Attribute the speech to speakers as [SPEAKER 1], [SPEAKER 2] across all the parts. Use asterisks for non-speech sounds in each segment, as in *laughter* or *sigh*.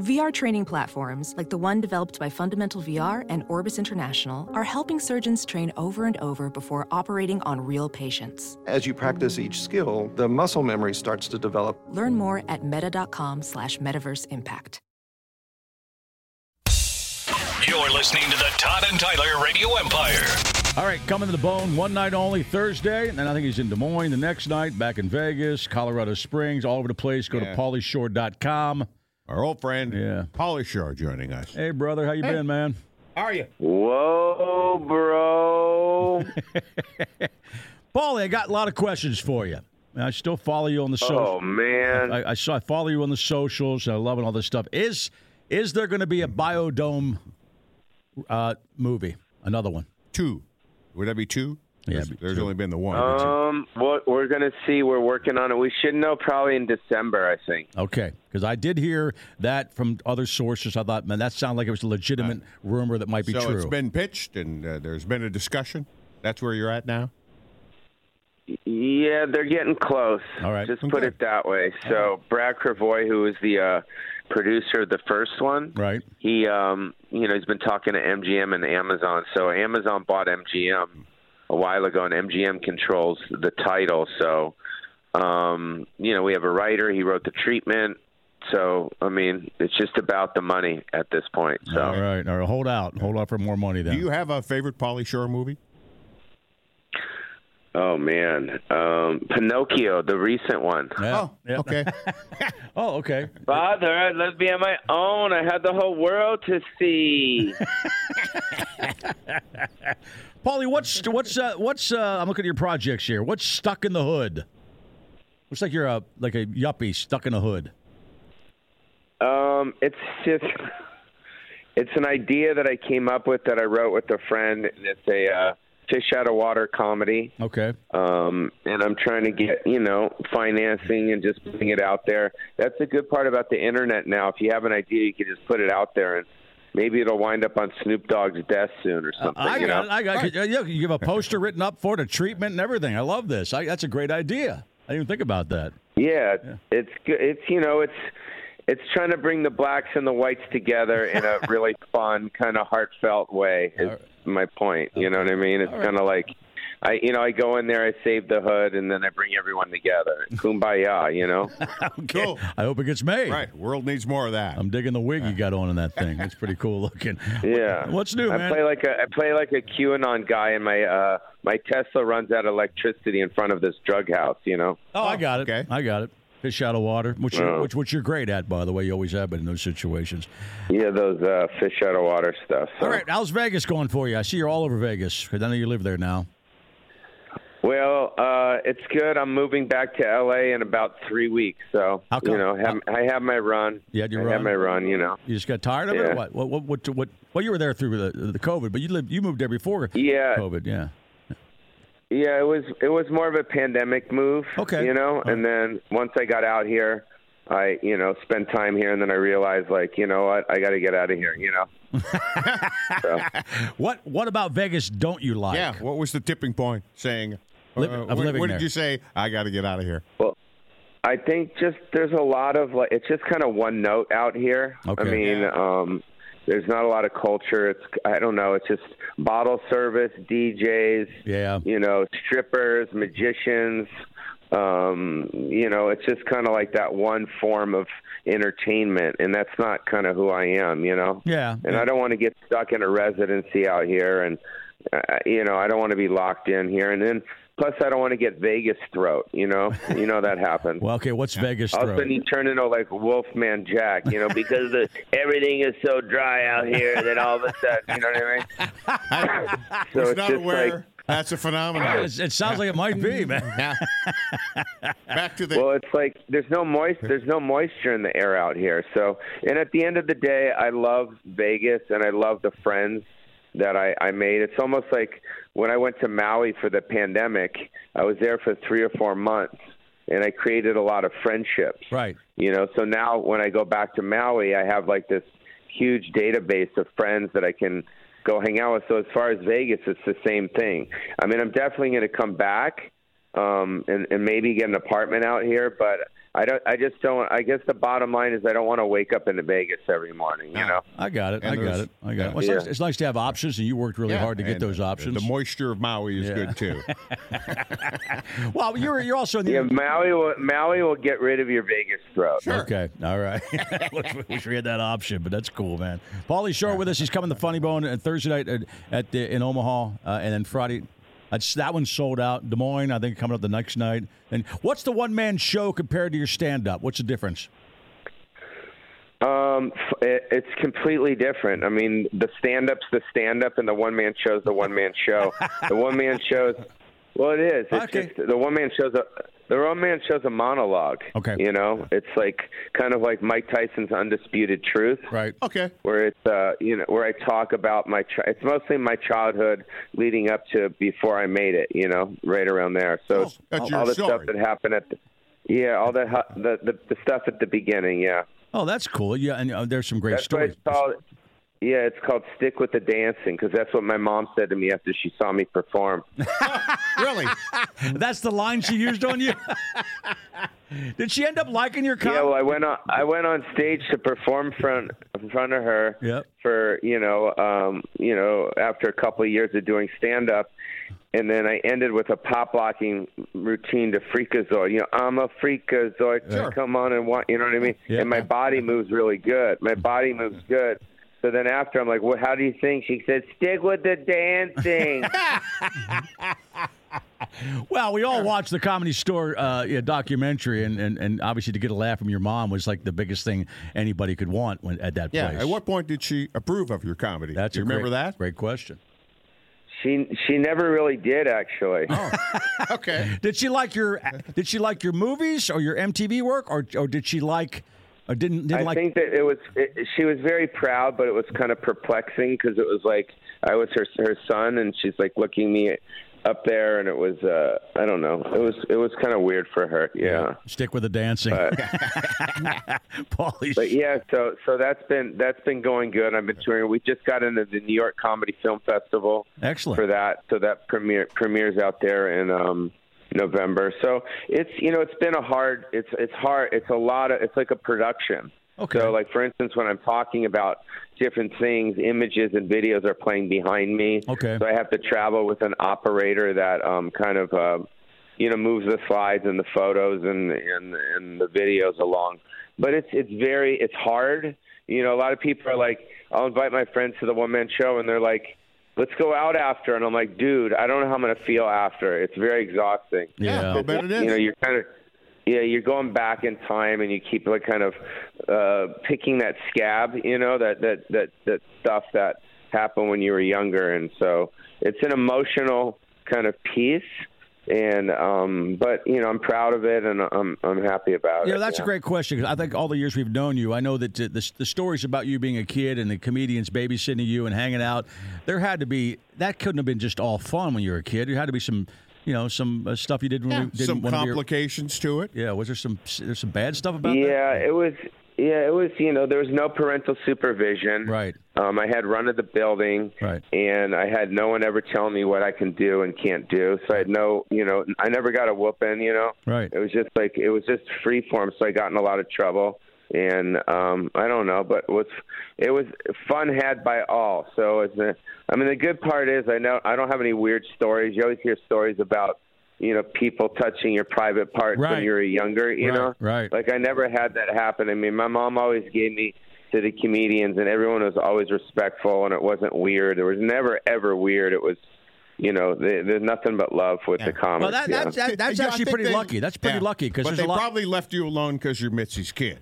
[SPEAKER 1] VR training platforms, like the one developed by Fundamental VR and Orbis International, are helping surgeons train over and over before operating on real patients.
[SPEAKER 2] As you practice each skill, the muscle memory starts to develop.
[SPEAKER 1] Learn more at meta.com slash metaverse impact.
[SPEAKER 3] You're listening to the Todd and Tyler Radio Empire.
[SPEAKER 4] All right, coming to the bone one night only Thursday, and then I think he's in Des Moines the next night, back in Vegas, Colorado Springs, all over the place. Go
[SPEAKER 5] Yeah.
[SPEAKER 4] to paulyshore.com.
[SPEAKER 5] Our old friend,
[SPEAKER 4] Yeah.
[SPEAKER 5] Polly Shore, joining us.
[SPEAKER 4] Hey, brother, how you been, man?
[SPEAKER 6] How are you?
[SPEAKER 7] Whoa,
[SPEAKER 4] *laughs*
[SPEAKER 7] bro.
[SPEAKER 4] Paulie, I got a lot of questions for you. And I still follow you on the
[SPEAKER 7] oh,
[SPEAKER 4] social.
[SPEAKER 7] man.
[SPEAKER 4] I, I saw I follow you on the socials. I love all this stuff. Is is there going to be a Biodome uh, movie? Another one?
[SPEAKER 5] Two. Would that be two?
[SPEAKER 4] Yeah,
[SPEAKER 5] There's,
[SPEAKER 4] it'd be
[SPEAKER 5] there's
[SPEAKER 4] two.
[SPEAKER 5] only been the one.
[SPEAKER 7] Um, what we're gonna see. We're working on it. We should know probably in December, I think.
[SPEAKER 4] Okay, because I did hear that from other sources. I thought, man, that sounded like it was a legitimate rumor that might be
[SPEAKER 5] Uh, so
[SPEAKER 4] true.
[SPEAKER 5] it's been pitched, and uh, there's been a discussion. That's where you're at now.
[SPEAKER 7] Yeah, they're getting close.
[SPEAKER 4] All right.
[SPEAKER 7] Just
[SPEAKER 5] Okay.
[SPEAKER 7] put it that way. So Brad Cravoy, who was the uh, producer of the first one,
[SPEAKER 4] right.
[SPEAKER 7] he um, you know, he's been talking to MGM and Amazon. So Amazon bought MGM a while ago, and MGM controls the title. So, um, you know, we have a writer. He wrote the treatment. So, I mean, it's just about the money at this point. So.
[SPEAKER 4] All right. All right. Hold out. Hold out for more money then.
[SPEAKER 5] Do you have a favorite Polly
[SPEAKER 4] *laughs*
[SPEAKER 5] Shore movie?
[SPEAKER 7] Oh man, um, Pinocchio, the recent one.
[SPEAKER 4] Yeah,
[SPEAKER 5] Oh,
[SPEAKER 4] yeah.
[SPEAKER 5] okay.
[SPEAKER 4] Oh, okay.
[SPEAKER 7] Father, I left me on my own. I had the whole world to see.
[SPEAKER 4] *laughs* Paulie, what's what's uh, what's uh, I'm looking at your projects here. What's stuck in the hood? Looks like you're a like a yuppie stuck in a hood.
[SPEAKER 7] um, it's just, *laughs* it's an idea that I came up with that I wrote with a friend. And It's a uh, fish out of water comedy,
[SPEAKER 4] Okay.
[SPEAKER 7] um, and I'm trying to get you know financing and just putting it out there. That's the good part about the internet now. If you have an idea, you can just put it out there, and maybe it'll wind up on Snoop Dogg's desk soon or something.
[SPEAKER 4] Uh, I
[SPEAKER 7] you know?
[SPEAKER 4] got it. I got it. Yeah, You give a poster written up for it, a treatment and everything. I love this. I, that's a great idea. I didn't even think about that. *laughs*
[SPEAKER 7] Yeah, it's good. It's you know, it's it's trying to bring the blacks and the whites together
[SPEAKER 4] *laughs*
[SPEAKER 7] in a really fun, kind of heartfelt way. Is my point. You know what I mean? It's kind of like. I you know I go in there I save the hood and then I bring
[SPEAKER 4] *laughs*
[SPEAKER 7] everyone together kumbaya you know
[SPEAKER 4] Okay.
[SPEAKER 5] Cool.
[SPEAKER 4] I hope it gets made.
[SPEAKER 5] Right. World needs more of that.
[SPEAKER 4] I'm digging the wig you got on in that thing. It's pretty cool looking. *laughs*
[SPEAKER 7] yeah
[SPEAKER 4] What's new,
[SPEAKER 7] I
[SPEAKER 4] man?
[SPEAKER 7] play like a I play like a QAnon guy and my uh my Tesla runs out of electricity in front of this drug house you know
[SPEAKER 4] Oh, I got it.
[SPEAKER 5] okay.
[SPEAKER 4] I got it. Fish out of water, which you're,
[SPEAKER 7] Oh.
[SPEAKER 4] which which you're great at, by the way. You always have been in those situations.
[SPEAKER 7] yeah those uh fish out of water stuff so.
[SPEAKER 4] All right, how's Vegas going for you? I see you're all over Vegas 'cause I know you live there now.
[SPEAKER 7] Well, uh, it's good. I'm moving back to LA in about three weeks, so
[SPEAKER 4] How come?
[SPEAKER 7] you know, have, I have my run.
[SPEAKER 4] You had your
[SPEAKER 7] I
[SPEAKER 4] run?
[SPEAKER 7] have my run. You know.
[SPEAKER 4] You just got tired of it, or
[SPEAKER 7] Yeah.
[SPEAKER 4] what? What, what? what? What? Well, you were there through the the COVID, but you lived you moved there before
[SPEAKER 7] Yeah,
[SPEAKER 4] COVID. Yeah.
[SPEAKER 7] yeah. It was it was more of a pandemic move.
[SPEAKER 4] Okay. Oh.
[SPEAKER 7] You know, and then once I got out here, I you know spent time here, and then I realized like you know what I got to get out of here. You know.
[SPEAKER 4] What What about Vegas? Don't you like?
[SPEAKER 5] yeah. What was the tipping point saying?
[SPEAKER 4] Liv-
[SPEAKER 5] uh,
[SPEAKER 4] of
[SPEAKER 5] what
[SPEAKER 4] living
[SPEAKER 5] what
[SPEAKER 4] there.
[SPEAKER 5] did you say? I got to get out of here.
[SPEAKER 7] Well, I think just there's a lot of like it's just kind of one note out here.
[SPEAKER 4] Okay.
[SPEAKER 7] I mean, um, there's not a lot of culture. It's I don't know. It's just bottle service, DJs,
[SPEAKER 4] Yeah.
[SPEAKER 7] you know, strippers, magicians. Um, you know, it's just kind of like that one form of entertainment, and that's not kind of who I am. You know.
[SPEAKER 4] Yeah.
[SPEAKER 7] And I don't want to get stuck in a residency out here, and uh, you know, I don't want to be locked in here. And then, plus, I don't want to get Vegas throat. You know, you know that happens.
[SPEAKER 4] Well, okay. What's Vegas?
[SPEAKER 7] All of a
[SPEAKER 4] Throat?
[SPEAKER 7] sudden, you turn into like Wolfman Jack, you know,
[SPEAKER 5] *laughs*
[SPEAKER 7] because the, everything is so dry out here. Then all of a sudden, you know what I mean?
[SPEAKER 5] *laughs*
[SPEAKER 7] so
[SPEAKER 5] He's
[SPEAKER 7] it's
[SPEAKER 5] not
[SPEAKER 7] just
[SPEAKER 5] aware.
[SPEAKER 7] like,
[SPEAKER 5] *laughs* That's a phenomenon.
[SPEAKER 4] It's- *laughs* it sounds like it might be,
[SPEAKER 5] *laughs*
[SPEAKER 4] man.
[SPEAKER 5] Yeah. Back to the.
[SPEAKER 7] well, it's like there's no moist, there's no moisture in the air out here. So, and at the end of the day, I love Vegas and I love the friends that I, I made. It's almost like when I went to Maui for the pandemic. I was there for three or four months, and I created a lot of friendships.
[SPEAKER 4] Right.
[SPEAKER 7] you know so now when i go back to maui i have like this huge database of friends that i can go hang out with so as far as vegas it's the same thing i mean i'm definitely going to come back um and and maybe get an apartment out here but I don't. I just don't. I guess the bottom line is I don't want to wake up in Vegas every morning. You know.
[SPEAKER 4] I got it.
[SPEAKER 5] And
[SPEAKER 4] I got
[SPEAKER 5] there's-
[SPEAKER 4] it. I got it.
[SPEAKER 5] yeah.
[SPEAKER 4] Well, it's, nice,
[SPEAKER 7] Yeah.
[SPEAKER 4] it's nice to have options, and you worked really
[SPEAKER 5] Yeah,
[SPEAKER 4] hard to get
[SPEAKER 5] and
[SPEAKER 4] those options.
[SPEAKER 5] The moisture of Maui is
[SPEAKER 4] Yeah. *laughs*
[SPEAKER 5] good too.
[SPEAKER 4] well, you're you're also in the
[SPEAKER 7] Yeah, Maui will Maui will get rid of your Vegas throat.
[SPEAKER 4] Okay. All right. *laughs* wish, wish we had that option, but that's cool, man. Paulie Shore with us. He's coming to Funny Bone uh, Thursday night at, at the, in Omaha, uh, and then Friday. That's, that one's sold out. Des Moines, I think, coming up the next night. And what's the one man show compared to your stand up? What's the difference?
[SPEAKER 7] Um, f- it, it's completely different. I mean, the stand up's the stand up, and the one man show's the one man show. the one man show's, well, it is. It's
[SPEAKER 4] Okay.
[SPEAKER 7] just the one man show's a. The one man show's a monologue.
[SPEAKER 4] Okay.
[SPEAKER 7] You know, it's like kind of like Mike Tyson's Undisputed Truth.
[SPEAKER 4] Right.
[SPEAKER 5] Okay.
[SPEAKER 7] Where it's uh, you know, where I talk about my, chi- it's mostly my childhood leading up to before I made it. You know, right around there. So it's
[SPEAKER 5] that's
[SPEAKER 7] all,
[SPEAKER 5] your
[SPEAKER 7] the stuff
[SPEAKER 5] story.
[SPEAKER 7] that happened at, the, yeah, all that hu- the, the the stuff at the beginning. Yeah.
[SPEAKER 4] Oh, that's cool. Yeah, and uh, there's some great
[SPEAKER 7] That's
[SPEAKER 4] stories.
[SPEAKER 7] why it's called. Yeah, it's called "Stick with the Dancing" because that's what my mom said to me after she saw me perform.
[SPEAKER 4] *laughs*
[SPEAKER 5] Really?
[SPEAKER 4] That's the line she used on you. *laughs* Did she end up liking your comedy?
[SPEAKER 7] yeah, well, I went on. I went on stage to perform front in front of her
[SPEAKER 4] Yep.
[SPEAKER 7] for you know, um, you know, after a couple of years of doing stand up, and then I ended with a pop locking routine to Freakazoid. You know, I'm a Freakazoid. Come on and want. You know what I mean?
[SPEAKER 4] Yeah.
[SPEAKER 7] And my body moves really good. My body moves good. So then after, I'm like, well, how do you think? She said, stick with the
[SPEAKER 4] *laughs*
[SPEAKER 7] dancing.
[SPEAKER 4] Well, we all watched the Comedy Store uh, yeah, documentary, and, and, and obviously to get a laugh from your mom was like the biggest thing anybody could want when, at that
[SPEAKER 5] Yeah.
[SPEAKER 4] place.
[SPEAKER 5] At what point did she approve of your comedy?
[SPEAKER 4] That's
[SPEAKER 5] Do you
[SPEAKER 4] a great-
[SPEAKER 5] remember that?
[SPEAKER 4] Great question.
[SPEAKER 7] She she never really did actually.
[SPEAKER 5] *laughs* Okay.
[SPEAKER 4] Did she like your Did she like your movies or your MTV work, or or did she like or didn't didn't
[SPEAKER 7] I
[SPEAKER 4] like?
[SPEAKER 7] think that it was it, she was very proud, but it was kind of perplexing because it was like I was her her son, and she's like looking me up there, and it was uh I don't know, it was it was kind of weird for her, yeah.
[SPEAKER 4] Stick with the dancing, *laughs* Paulie.
[SPEAKER 7] But yeah, so so that's been that's been going good. I've been touring. We just got into the New York Comedy Film Festival.
[SPEAKER 4] Excellent.
[SPEAKER 7] for that. So that premiere premieres out there in um, November. So it's you know it's been a hard it's it's hard it's a lot of it's like a production.
[SPEAKER 4] Okay.
[SPEAKER 7] So like for instance, when I'm talking about different things, images and videos are playing behind me.
[SPEAKER 4] Okay.
[SPEAKER 7] So I have to travel with an operator that um, kind of. Uh, you know, moves the slides and the photos and and and the videos along. But it's it's very it's hard. You know, a lot of people are like, I'll invite my friends to the one man show, and they're like, let's go out after, and I'm like, dude, I don't know how I'm gonna feel after. It's very exhausting.
[SPEAKER 5] Yeah. I bet it is.
[SPEAKER 7] You know, you're kind of. Yeah, you're going back in time, and you keep like kind of uh, picking that scab, you know, that that that that stuff that happened when you were younger, and so it's an emotional kind of piece. And um, but you know, I'm proud of it, and I'm I'm happy about
[SPEAKER 4] Yeah,
[SPEAKER 7] it.
[SPEAKER 4] that's a great question. 'cause I think all the years we've known you, I know that uh, the, the stories about you being a kid and the comedians babysitting you and hanging out, there had to be that couldn't have been just all fun when you were a kid. There had to be some, you know, some uh, stuff you did when we didn't.
[SPEAKER 5] Some
[SPEAKER 4] want to be-
[SPEAKER 5] complications to it.
[SPEAKER 4] yeah, was there some there's some bad stuff about that?
[SPEAKER 7] yeah, it was. Yeah, it was. You know, there was no parental supervision.
[SPEAKER 4] Right.
[SPEAKER 7] Um, I had run of the building,
[SPEAKER 4] Right.
[SPEAKER 7] and I had no one ever tell me what I can do and can't do. So I had no, you know, I never got a whooping. You know,
[SPEAKER 4] Right.
[SPEAKER 7] It was just like it was just free form. So I got in a lot of trouble, and um, I don't know, but it was it was fun had by all. So it's a, I mean, the good part is I know I don't have any weird stories. You always hear stories about you know people touching your private parts
[SPEAKER 4] Right.
[SPEAKER 7] when you were younger. You
[SPEAKER 4] Right,
[SPEAKER 7] know,
[SPEAKER 4] right.
[SPEAKER 7] Like I never had that happen. I mean, my mom always gave me to the comedians, and everyone was always respectful, and it wasn't weird. There was never ever weird. It was, you know, th there's nothing but love with the comics.
[SPEAKER 4] Well, that,
[SPEAKER 7] yeah.
[SPEAKER 4] that's, that, that's
[SPEAKER 5] Yeah, I
[SPEAKER 4] actually
[SPEAKER 5] think
[SPEAKER 4] pretty
[SPEAKER 5] they-
[SPEAKER 4] lucky. That's pretty
[SPEAKER 5] yeah.
[SPEAKER 4] lucky because
[SPEAKER 5] But
[SPEAKER 4] there's
[SPEAKER 5] they
[SPEAKER 4] a lot.
[SPEAKER 5] probably left you alone because you're
[SPEAKER 4] *laughs*
[SPEAKER 5] Mitzi's kid.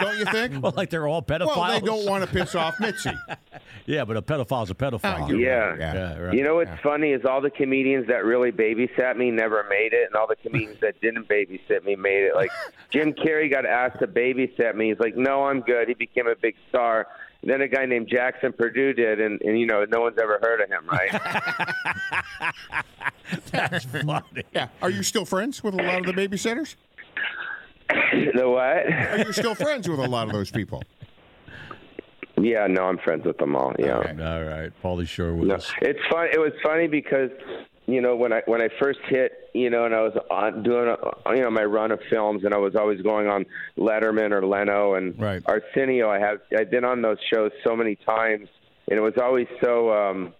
[SPEAKER 5] don't you think?
[SPEAKER 4] *laughs* well, like they're all pedophiles.
[SPEAKER 5] Well, they don't want to piss off Mitzi.
[SPEAKER 4] *laughs* yeah, but a pedophile's a pedophile.
[SPEAKER 5] you're
[SPEAKER 7] Yeah.
[SPEAKER 5] right, Oh, Yeah.
[SPEAKER 4] Yeah, right.
[SPEAKER 7] You know what's funny is all the comedians that really babysat me never made it, and all the comedians that didn't babysit me made it. Like Jim Carrey got asked to babysit me. He's like, "No, I'm good." He became a big star. Then a guy named Jackson Purdue did, and, and you know, no one's ever heard of him, right? *laughs*
[SPEAKER 4] That's *laughs* funny.
[SPEAKER 5] Yeah. Are you still friends with a lot of the babysitters?
[SPEAKER 7] the
[SPEAKER 5] Are
[SPEAKER 7] what?
[SPEAKER 5] you still friends with a lot of those people?
[SPEAKER 7] Yeah, no, I'm friends with them all. Yeah.
[SPEAKER 4] All right, Paulie Shore with
[SPEAKER 7] No,
[SPEAKER 4] us.
[SPEAKER 7] it's fun. It was funny because you know when I when I first hit you know and I was on, doing uh, you know my run of films and I was always going on Letterman or Leno and
[SPEAKER 4] Right.
[SPEAKER 7] Arsenio I have I've been on those shows so many times and it was always so um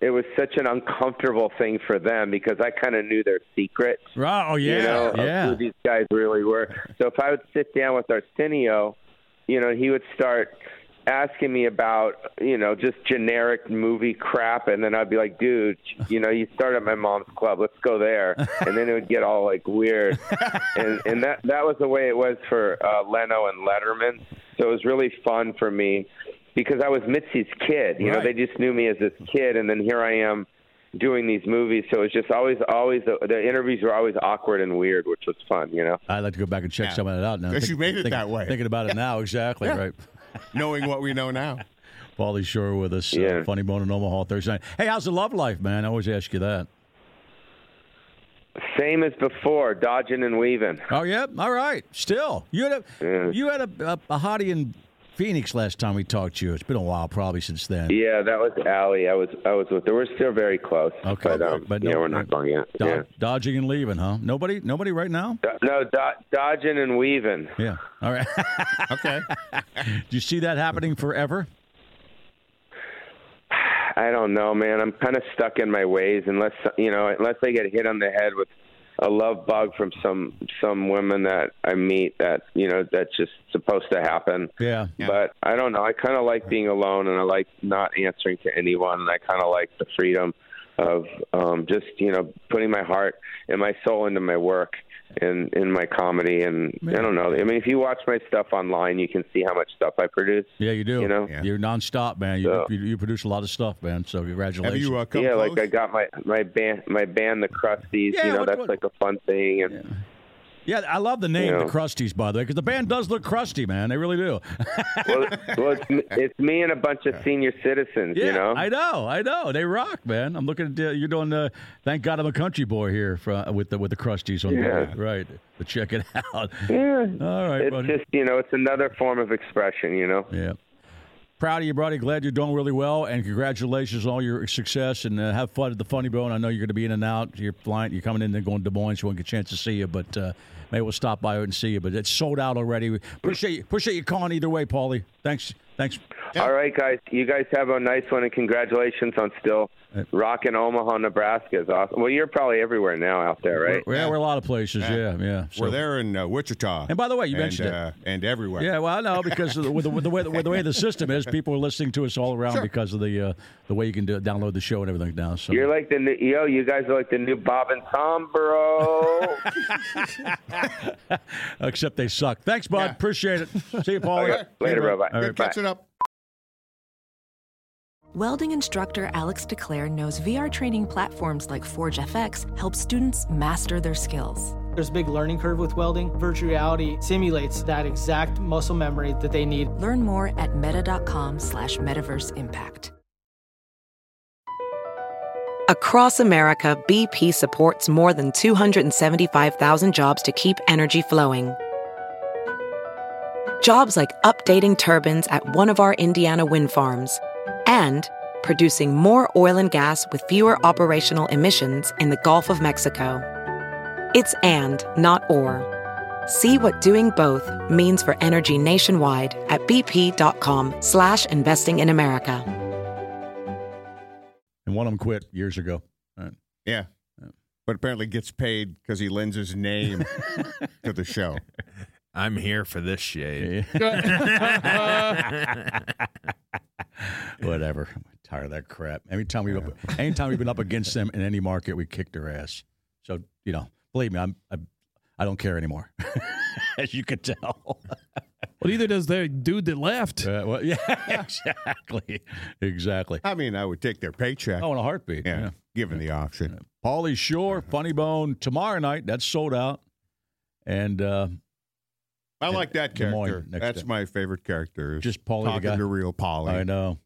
[SPEAKER 7] it was such an uncomfortable thing for them because I kind of knew their secret
[SPEAKER 4] Right. Oh yeah.
[SPEAKER 7] you know,
[SPEAKER 4] yeah.
[SPEAKER 7] of who these guys really were. So if I would sit down with Arsenio, you know, he would start asking me about, you know, just generic movie crap and then I'd be like, dude, you know, you start at my mom's club, let's go there. And then it would get all like weird. and and that that was the way it was for uh Leno and Letterman. So it was really fun for me because I was Mitzi's kid. You know,
[SPEAKER 4] Right.
[SPEAKER 7] they just knew me as this kid and then here I am doing these movies. So it's just always, always the, the interviews were always awkward and weird, which was fun, you know.
[SPEAKER 4] I'd like to go back and check
[SPEAKER 5] Yeah.
[SPEAKER 4] some of that out now.
[SPEAKER 5] Because you made it that way.
[SPEAKER 4] Thinking about it now, exactly right.
[SPEAKER 5] knowing what we know now.
[SPEAKER 4] Paulie Shore with us, uh,
[SPEAKER 7] Yeah.
[SPEAKER 4] Funny Bone in Omaha Thursday night. Hey, how's the love life, man? I always ask you that.
[SPEAKER 7] Same as before, dodging and weaving.
[SPEAKER 4] Oh yeah, all right. Still, you had a you had a, a, a hottie in Phoenix last time we talked to you. It's been a while, probably since then.
[SPEAKER 7] Yeah, that was Allie. I was, I was with her. We're still very close,
[SPEAKER 4] Okay,
[SPEAKER 7] but, um,
[SPEAKER 4] but
[SPEAKER 7] yeah,
[SPEAKER 4] no-
[SPEAKER 7] we're not going yet.
[SPEAKER 4] Do-
[SPEAKER 7] yeah.
[SPEAKER 4] Dodging and leaving, huh? Nobody, nobody right now.
[SPEAKER 7] Do- No, do- dodging and weaving.
[SPEAKER 4] Yeah. All right.
[SPEAKER 5] *laughs* Okay.
[SPEAKER 4] *laughs* Do you see that happening forever?
[SPEAKER 7] I don't know, man. I'm kind of stuck in my ways unless you know, unless I get hit on the head with a love bug from some some women that I meet that you know that's just supposed to happen.
[SPEAKER 4] Yeah.
[SPEAKER 7] But I don't know. I kind of like being alone, and I like not answering to anyone. And I kind of like the freedom of um, just you know putting my heart and my soul into my work and in my comedy. And I don't know. I mean, if you watch my stuff online, you can see how much stuff I produce.
[SPEAKER 4] Yeah, you do.
[SPEAKER 7] You know?
[SPEAKER 5] Yeah.
[SPEAKER 4] You're nonstop, man. You,
[SPEAKER 7] So-
[SPEAKER 4] you, you produce a lot of stuff, man. So
[SPEAKER 5] Have
[SPEAKER 4] congratulations.
[SPEAKER 5] you uh, come
[SPEAKER 7] yeah,
[SPEAKER 5] close?
[SPEAKER 7] like I got my my band my band the Crusties.
[SPEAKER 4] Yeah,
[SPEAKER 7] you know,
[SPEAKER 4] what-
[SPEAKER 7] that's
[SPEAKER 4] what-
[SPEAKER 7] like a fun thing. And
[SPEAKER 4] yeah, I love the name, the
[SPEAKER 7] Yeah.
[SPEAKER 4] Crusties, by the way, because the band does look crusty, man. They really do.
[SPEAKER 7] well, well
[SPEAKER 4] *laughs*
[SPEAKER 7] it's, me- it's me and a bunch of senior citizens.
[SPEAKER 4] yeah,
[SPEAKER 7] you know,
[SPEAKER 4] I know, I know. They rock, man. I'm looking at uh, you're doing. Uh, Thank God I'm a country boy here for, with the with the Crusties on
[SPEAKER 7] Yeah.
[SPEAKER 4] board, right? But check it *laughs* out.
[SPEAKER 7] yeah,
[SPEAKER 4] All right,
[SPEAKER 7] it's
[SPEAKER 4] buddy.
[SPEAKER 7] just you know, it's another form of expression. You know.
[SPEAKER 4] Yeah. Proud of you, buddy. Glad you're doing really well, and congratulations on all your success. And uh, have fun at the Funny Bone. I know you're going to be in and out. You're flying. You're coming in and going to Des Moines. So we won't get a chance to see you, but uh, maybe we'll stop by and see you. But it's sold out already. We appreciate you, appreciate you calling either way, Paulie. Thanks, thanks.
[SPEAKER 7] All right, guys. You guys have a nice one, and congratulations on still rocking Omaha, Nebraska. Is awesome. Well, you're probably everywhere now out there, right?
[SPEAKER 4] We're, yeah, we're a lot of places. Yeah, yeah. So-
[SPEAKER 5] We're there in uh, Wichita.
[SPEAKER 4] And by the way, you
[SPEAKER 5] and,
[SPEAKER 4] mentioned it.
[SPEAKER 5] uh, and everywhere.
[SPEAKER 4] Yeah, well, I know because of the, with, the, with, the way, with the way the system is, people are listening to us all around because of the uh, the way you can do, download the show and everything now. So
[SPEAKER 7] You're like the new, yo. You guys are like the new Bob and Tom,
[SPEAKER 4] *laughs*
[SPEAKER 7] bro.
[SPEAKER 4] except they suck. Thanks, bud.
[SPEAKER 5] Yeah.
[SPEAKER 4] Appreciate it. See you, Paulie.
[SPEAKER 7] Later, bye bye.
[SPEAKER 5] Good catching up.
[SPEAKER 1] Welding instructor Alex DeClaire knows VR training platforms like Forge FX help students master their skills.
[SPEAKER 6] There's a big learning curve with welding. Virtual reality simulates that exact muscle memory that they need.
[SPEAKER 1] Learn more at meta.com slash metaverse impact.
[SPEAKER 8] Across America, BP supports more than 275,000 jobs to keep energy flowing. Jobs like updating turbines at one of our Indiana wind farms and producing more oil and gas with fewer operational emissions in the Gulf of Mexico. It's and, not or. See what doing both means for energy nationwide at bp.com slash investing in America.
[SPEAKER 4] And one of them quit years ago. All right.
[SPEAKER 5] Yeah. But apparently gets paid because he lends
[SPEAKER 4] *laughs*
[SPEAKER 5] his name to the show.
[SPEAKER 9] I'm here for this shade.
[SPEAKER 4] *laughs*
[SPEAKER 10] *laughs*
[SPEAKER 4] Whatever. I'm tired of that crap. Every time we've up, anytime we've been up against them in any market, we kicked their ass. So you know, believe me, I'm I, I don't care anymore, *laughs* as you could tell.
[SPEAKER 10] Well, either does the dude that left.
[SPEAKER 4] Uh, well, *laughs* yeah, exactly, exactly.
[SPEAKER 5] I mean, I would take their paycheck.
[SPEAKER 4] Oh, in a heartbeat.
[SPEAKER 5] yeah, given the option.
[SPEAKER 4] Paulie Shore, Funny Bone tomorrow night. That's sold out. And uh,
[SPEAKER 5] I like that
[SPEAKER 4] Des Moines
[SPEAKER 5] character.
[SPEAKER 4] next
[SPEAKER 5] That's
[SPEAKER 4] day.
[SPEAKER 5] my favorite character. is
[SPEAKER 4] Just Paulie the
[SPEAKER 5] talking
[SPEAKER 4] guy.
[SPEAKER 5] to real
[SPEAKER 4] I
[SPEAKER 5] Polly,
[SPEAKER 4] know,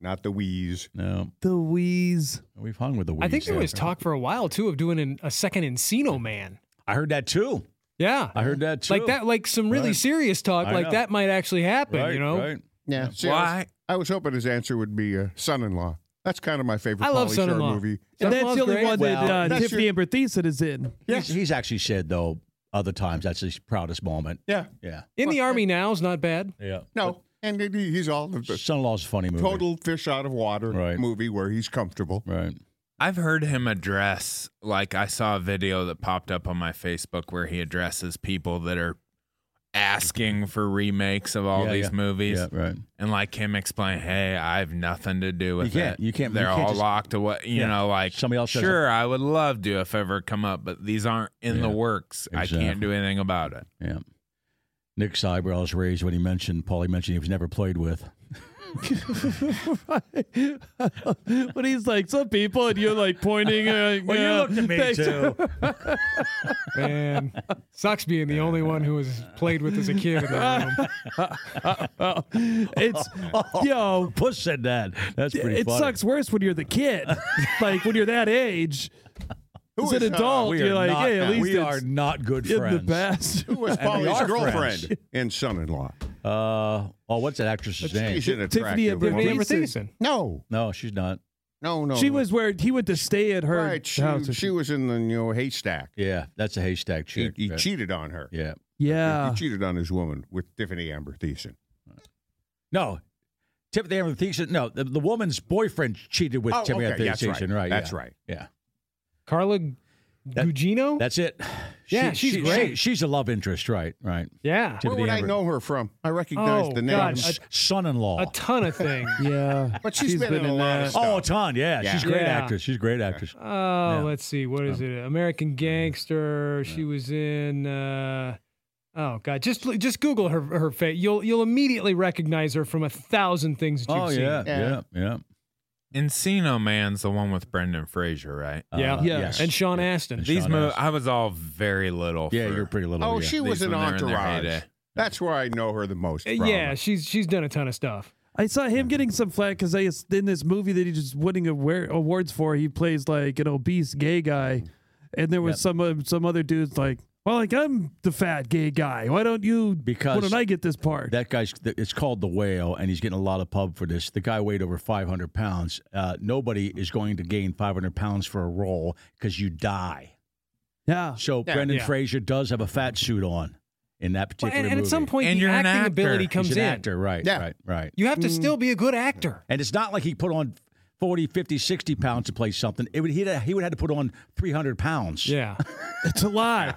[SPEAKER 5] not the wheeze.
[SPEAKER 4] no,
[SPEAKER 10] The wheeze.
[SPEAKER 4] we've hung with the. Weeds
[SPEAKER 10] I think there was talk for a while too of doing an, a second Encino Man.
[SPEAKER 4] I heard that too.
[SPEAKER 10] Yeah,
[SPEAKER 4] I heard that too.
[SPEAKER 10] like that, like some really
[SPEAKER 4] Right.
[SPEAKER 10] serious talk,
[SPEAKER 4] I
[SPEAKER 10] like
[SPEAKER 4] know.
[SPEAKER 10] that might actually happen.
[SPEAKER 4] Right,
[SPEAKER 10] you know,
[SPEAKER 4] right.
[SPEAKER 5] Yeah.
[SPEAKER 9] Why?
[SPEAKER 5] I was hoping his answer would be uh, son-in-law. That's kind of my favorite
[SPEAKER 11] I love
[SPEAKER 5] Pauly Shore
[SPEAKER 11] Son-in-Law.
[SPEAKER 5] movie.
[SPEAKER 11] And that's the only one that uh,
[SPEAKER 5] That's
[SPEAKER 11] Tiffany
[SPEAKER 5] your-
[SPEAKER 11] and Berthiset is in.
[SPEAKER 4] He's, he's actually said though other times that's his proudest moment.
[SPEAKER 5] Yeah.
[SPEAKER 4] Yeah.
[SPEAKER 10] In
[SPEAKER 9] uh,
[SPEAKER 10] the army now is not bad.
[SPEAKER 4] Yeah.
[SPEAKER 5] No, and it- he's all the
[SPEAKER 4] Son-in-law's a funny movie.
[SPEAKER 5] total fish out of water movie where he's comfortable.
[SPEAKER 4] Right.
[SPEAKER 9] I've heard him address, like, I saw a video that popped up on my Facebook where he addresses people that are asking for remakes of all
[SPEAKER 4] Yeah,
[SPEAKER 9] these
[SPEAKER 4] yeah.
[SPEAKER 9] movies.
[SPEAKER 4] Yeah, right.
[SPEAKER 9] And, like, him explain, hey, I have nothing to do with
[SPEAKER 4] can't-
[SPEAKER 9] it.
[SPEAKER 4] you can't- you
[SPEAKER 9] They're
[SPEAKER 4] can't
[SPEAKER 9] all
[SPEAKER 4] just-
[SPEAKER 9] locked away. You
[SPEAKER 4] Yeah.
[SPEAKER 9] know, like,
[SPEAKER 4] Somebody else says it.
[SPEAKER 9] Sure, I would love to if ever come up, but these aren't in the works. I can't do anything about it.
[SPEAKER 4] Yeah. Nick's eyebrows raised when he mentioned Paulie mentioned he was never played with.
[SPEAKER 11] but he's like, some people, and you're like pointing. Uh,
[SPEAKER 10] *laughs* Well, you
[SPEAKER 11] yeah,
[SPEAKER 10] looked at me,
[SPEAKER 11] thanks."
[SPEAKER 10] too.
[SPEAKER 4] *laughs*
[SPEAKER 10] Man, sucks being the only one who was played with as a kid in
[SPEAKER 11] *laughs*
[SPEAKER 10] that room.
[SPEAKER 11] it's yo.
[SPEAKER 4] Oh, Puss said that. That's pretty
[SPEAKER 11] it
[SPEAKER 4] funny.
[SPEAKER 11] sucks worse when you're the kid. like when you're that age.
[SPEAKER 5] Who
[SPEAKER 11] As an
[SPEAKER 5] is- uh,
[SPEAKER 11] adult,
[SPEAKER 5] We
[SPEAKER 11] you're
[SPEAKER 5] are
[SPEAKER 11] like,
[SPEAKER 5] not-
[SPEAKER 11] hey, at least
[SPEAKER 4] we
[SPEAKER 11] it's-
[SPEAKER 4] are not good
[SPEAKER 11] you're
[SPEAKER 4] friends.
[SPEAKER 11] the best. *laughs*
[SPEAKER 5] Who was
[SPEAKER 4] And we
[SPEAKER 5] Polly's
[SPEAKER 4] are
[SPEAKER 5] girlfriend
[SPEAKER 4] friends.
[SPEAKER 5] and son-in-law?
[SPEAKER 4] Uh, oh, what's that actress's name?
[SPEAKER 5] She's an
[SPEAKER 11] Tiffany
[SPEAKER 5] attractive
[SPEAKER 11] Amber
[SPEAKER 5] woman.
[SPEAKER 11] Thiessen.
[SPEAKER 5] No,
[SPEAKER 4] No, she's not.
[SPEAKER 5] no, no.
[SPEAKER 11] She was where he went to stay at her
[SPEAKER 5] Oh. right. She,
[SPEAKER 11] house.
[SPEAKER 5] she was in the you know, haystack.
[SPEAKER 4] Yeah, that's a haystack
[SPEAKER 5] He,
[SPEAKER 4] chick.
[SPEAKER 5] he
[SPEAKER 4] right?
[SPEAKER 5] cheated on her.
[SPEAKER 4] Yeah.
[SPEAKER 11] yeah.
[SPEAKER 5] He cheated on his woman with Tiffany Amber Thiessen.
[SPEAKER 4] No. Timothy Amber Thiessen. No, the, the woman's boyfriend cheated with
[SPEAKER 5] Oh,
[SPEAKER 4] Timothy
[SPEAKER 5] okay,
[SPEAKER 4] Amber
[SPEAKER 5] that's right.
[SPEAKER 4] Thiessen. Right.
[SPEAKER 5] That's
[SPEAKER 4] yeah.
[SPEAKER 5] right.
[SPEAKER 4] Yeah.
[SPEAKER 10] Carla Gugino?
[SPEAKER 4] That's it.
[SPEAKER 10] Yeah,
[SPEAKER 4] She-
[SPEAKER 10] she's
[SPEAKER 4] she-
[SPEAKER 10] great.
[SPEAKER 4] she- she's a love interest. Right. Right.
[SPEAKER 10] yeah.
[SPEAKER 5] Where
[SPEAKER 4] Timothy
[SPEAKER 5] would I
[SPEAKER 4] Amber-
[SPEAKER 5] know her from? I recognize
[SPEAKER 10] Oh,
[SPEAKER 5] the
[SPEAKER 10] God,
[SPEAKER 5] name.
[SPEAKER 10] I-
[SPEAKER 4] S- Son-in-law.
[SPEAKER 10] A ton of things.
[SPEAKER 11] *laughs* Yeah.
[SPEAKER 5] But she's been in a lot
[SPEAKER 4] Oh,
[SPEAKER 5] of
[SPEAKER 4] a
[SPEAKER 5] stuff.
[SPEAKER 4] ton. Yeah,
[SPEAKER 5] Yeah.
[SPEAKER 4] she's a great
[SPEAKER 10] Yeah.
[SPEAKER 4] actress. She's a great actress.
[SPEAKER 10] Oh, let's see. What is it? American Gangster. She was in. Uh, oh God, just just Google her her face. You'll you'll immediately recognize her from a thousand things that you've
[SPEAKER 4] Oh
[SPEAKER 10] seen.
[SPEAKER 4] yeah, yeah, yeah.
[SPEAKER 9] Encino Man's the one with Brendan Fraser, right?
[SPEAKER 10] Yeah,
[SPEAKER 4] Uh,
[SPEAKER 11] Yeah.
[SPEAKER 4] yes.
[SPEAKER 10] and Sean Astin.
[SPEAKER 4] And
[SPEAKER 9] These
[SPEAKER 4] Sean
[SPEAKER 9] movies,
[SPEAKER 4] Astin.
[SPEAKER 9] I was all very little.
[SPEAKER 4] Yeah,
[SPEAKER 9] for-
[SPEAKER 4] you're pretty little.
[SPEAKER 5] Oh,
[SPEAKER 4] yeah.
[SPEAKER 5] she was
[SPEAKER 9] These
[SPEAKER 5] an
[SPEAKER 9] when they were in their
[SPEAKER 5] entourage.
[SPEAKER 9] heyday.
[SPEAKER 5] That's where I know her the most.
[SPEAKER 10] Uh,
[SPEAKER 5] From.
[SPEAKER 10] Yeah, she's she's done a ton of stuff.
[SPEAKER 11] I saw him getting some flack because I in this movie that he just winning aware, awards for, he plays like an obese gay guy, and there was some uh, some other dudes like, well, like I'm the fat gay guy. Why don't you?
[SPEAKER 4] Because
[SPEAKER 11] why don't I get this part?
[SPEAKER 4] That guy's. It's called the whale, and he's getting a lot of pub for this. The guy weighed over 500 pounds. Uh, nobody is going to gain 500 pounds for a role because you die.
[SPEAKER 11] yeah,
[SPEAKER 4] So
[SPEAKER 5] Yeah.
[SPEAKER 4] Brendan
[SPEAKER 10] Yeah.
[SPEAKER 4] Fraser does have a fat suit on in that
[SPEAKER 10] Well,
[SPEAKER 4] particular
[SPEAKER 10] and, and
[SPEAKER 4] movie.
[SPEAKER 10] at some point,
[SPEAKER 9] And
[SPEAKER 10] the
[SPEAKER 9] you're an
[SPEAKER 10] acting
[SPEAKER 9] actor.
[SPEAKER 10] ability
[SPEAKER 9] He's
[SPEAKER 10] comes
[SPEAKER 4] he's
[SPEAKER 10] in.
[SPEAKER 4] an actor, right?
[SPEAKER 5] Yeah.
[SPEAKER 4] Right. Right.
[SPEAKER 10] You
[SPEAKER 11] Mm.
[SPEAKER 10] have to still be a good actor.
[SPEAKER 4] And it's not like he put on 40, 50, 60 pounds to play something. It would he'd, he would have had to put on 300 pounds.
[SPEAKER 10] Yeah,
[SPEAKER 11] *laughs* it's a lie.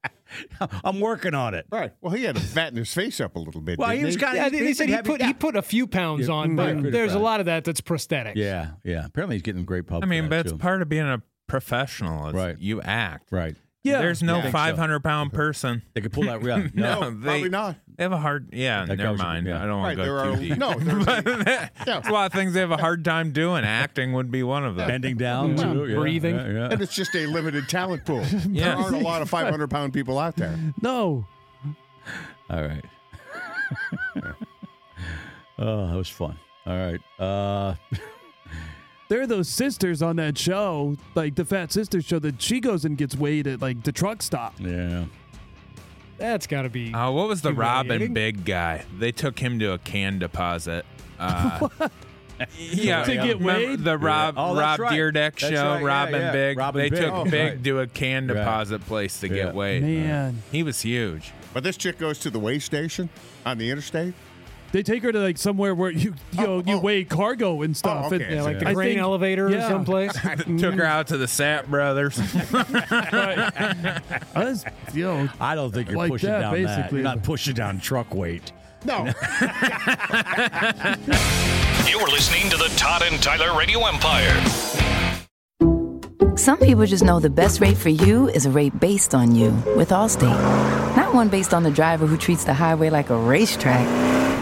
[SPEAKER 4] *laughs* I'm working on it.
[SPEAKER 5] Right. Well, he had to fatten his face up a little bit.
[SPEAKER 4] Well,
[SPEAKER 5] didn't
[SPEAKER 4] he was kind of.
[SPEAKER 10] yeah. They, they said he put he put a few pounds
[SPEAKER 4] Yeah,
[SPEAKER 10] on,
[SPEAKER 4] right,
[SPEAKER 10] but
[SPEAKER 4] good
[SPEAKER 10] there's a
[SPEAKER 4] friend.
[SPEAKER 10] lot of that that's prosthetic.
[SPEAKER 4] Yeah, yeah. Apparently, he's getting great pub.
[SPEAKER 9] I
[SPEAKER 4] for
[SPEAKER 9] mean,
[SPEAKER 4] that,
[SPEAKER 9] but it's
[SPEAKER 4] too.
[SPEAKER 9] part of being a professional. Is
[SPEAKER 4] Right.
[SPEAKER 9] You act.
[SPEAKER 4] right.
[SPEAKER 11] Yeah,
[SPEAKER 9] There's no
[SPEAKER 5] Yeah. I think so.
[SPEAKER 9] 500 pound person.
[SPEAKER 4] They could pull that. Yeah,
[SPEAKER 10] *laughs*
[SPEAKER 4] *laughs* no.
[SPEAKER 9] No, they,
[SPEAKER 5] probably not.
[SPEAKER 9] They have a hard. Yeah,
[SPEAKER 4] That
[SPEAKER 9] never
[SPEAKER 4] goes-
[SPEAKER 9] mind.
[SPEAKER 4] yeah.
[SPEAKER 9] I don't
[SPEAKER 5] Right,
[SPEAKER 9] want to
[SPEAKER 5] there
[SPEAKER 9] go
[SPEAKER 5] are
[SPEAKER 9] too deep. *laughs*
[SPEAKER 5] no. There's,
[SPEAKER 9] But *laughs* There's a lot of things they have a hard time doing. Acting would be one of them.
[SPEAKER 4] Bending down,
[SPEAKER 10] Yeah.
[SPEAKER 4] too. Yeah,
[SPEAKER 10] Breathing.
[SPEAKER 4] Yeah, yeah.
[SPEAKER 10] *laughs*
[SPEAKER 5] and it's just a limited talent pool. There
[SPEAKER 9] Yeah.
[SPEAKER 5] aren't a lot of 500 pound people out there.
[SPEAKER 11] no.
[SPEAKER 4] All right. *laughs* oh, that was fun. All right. Uh,
[SPEAKER 11] There are those sisters on that show, like the Fat Sisters show, that she goes and gets weighed at like the truck stop.
[SPEAKER 4] yeah.
[SPEAKER 10] that's got to be.
[SPEAKER 9] Uh, what was the
[SPEAKER 10] Humiliating.
[SPEAKER 9] Robin Big guy? They took him to a can deposit.
[SPEAKER 10] *laughs*
[SPEAKER 9] Uh, yeah,
[SPEAKER 11] To get
[SPEAKER 9] remember
[SPEAKER 11] weighed?
[SPEAKER 9] the Rob
[SPEAKER 4] Oh, that's
[SPEAKER 9] Rob
[SPEAKER 4] right.
[SPEAKER 9] Deerdeck
[SPEAKER 4] That's
[SPEAKER 9] show.
[SPEAKER 4] right, yeah,
[SPEAKER 9] Robin
[SPEAKER 4] yeah.
[SPEAKER 9] Big.
[SPEAKER 4] Robin
[SPEAKER 9] they
[SPEAKER 4] Big.
[SPEAKER 9] took
[SPEAKER 4] Oh,
[SPEAKER 9] Big
[SPEAKER 4] right.
[SPEAKER 9] to a can
[SPEAKER 4] Right.
[SPEAKER 9] deposit place to
[SPEAKER 4] Yeah.
[SPEAKER 9] get weighed.
[SPEAKER 11] Man,
[SPEAKER 9] He was huge.
[SPEAKER 5] But this chick goes to the weigh station on the interstate.
[SPEAKER 11] they take her to like somewhere where you you, know,
[SPEAKER 5] Oh,
[SPEAKER 11] you
[SPEAKER 5] oh.
[SPEAKER 11] weigh cargo and stuff.
[SPEAKER 5] okay.
[SPEAKER 11] and-
[SPEAKER 5] Yeah,
[SPEAKER 10] like the
[SPEAKER 11] I
[SPEAKER 10] grain
[SPEAKER 11] think-
[SPEAKER 10] elevator
[SPEAKER 11] yeah.
[SPEAKER 10] or someplace.
[SPEAKER 9] *laughs* Took her out to the Sap
[SPEAKER 10] *laughs*
[SPEAKER 9] Brothers.
[SPEAKER 11] Us, you know,
[SPEAKER 4] I don't think you're
[SPEAKER 11] Like
[SPEAKER 4] pushing
[SPEAKER 11] that,
[SPEAKER 4] down that.
[SPEAKER 11] basically.
[SPEAKER 4] You're not pushing down truck weight.
[SPEAKER 5] No.
[SPEAKER 3] You are listening to the Todd and Tyler Radio Empire.
[SPEAKER 12] Some people just know the best rate for you is a rate based on you with Allstate. Not one based on the driver who treats the highway like a racetrack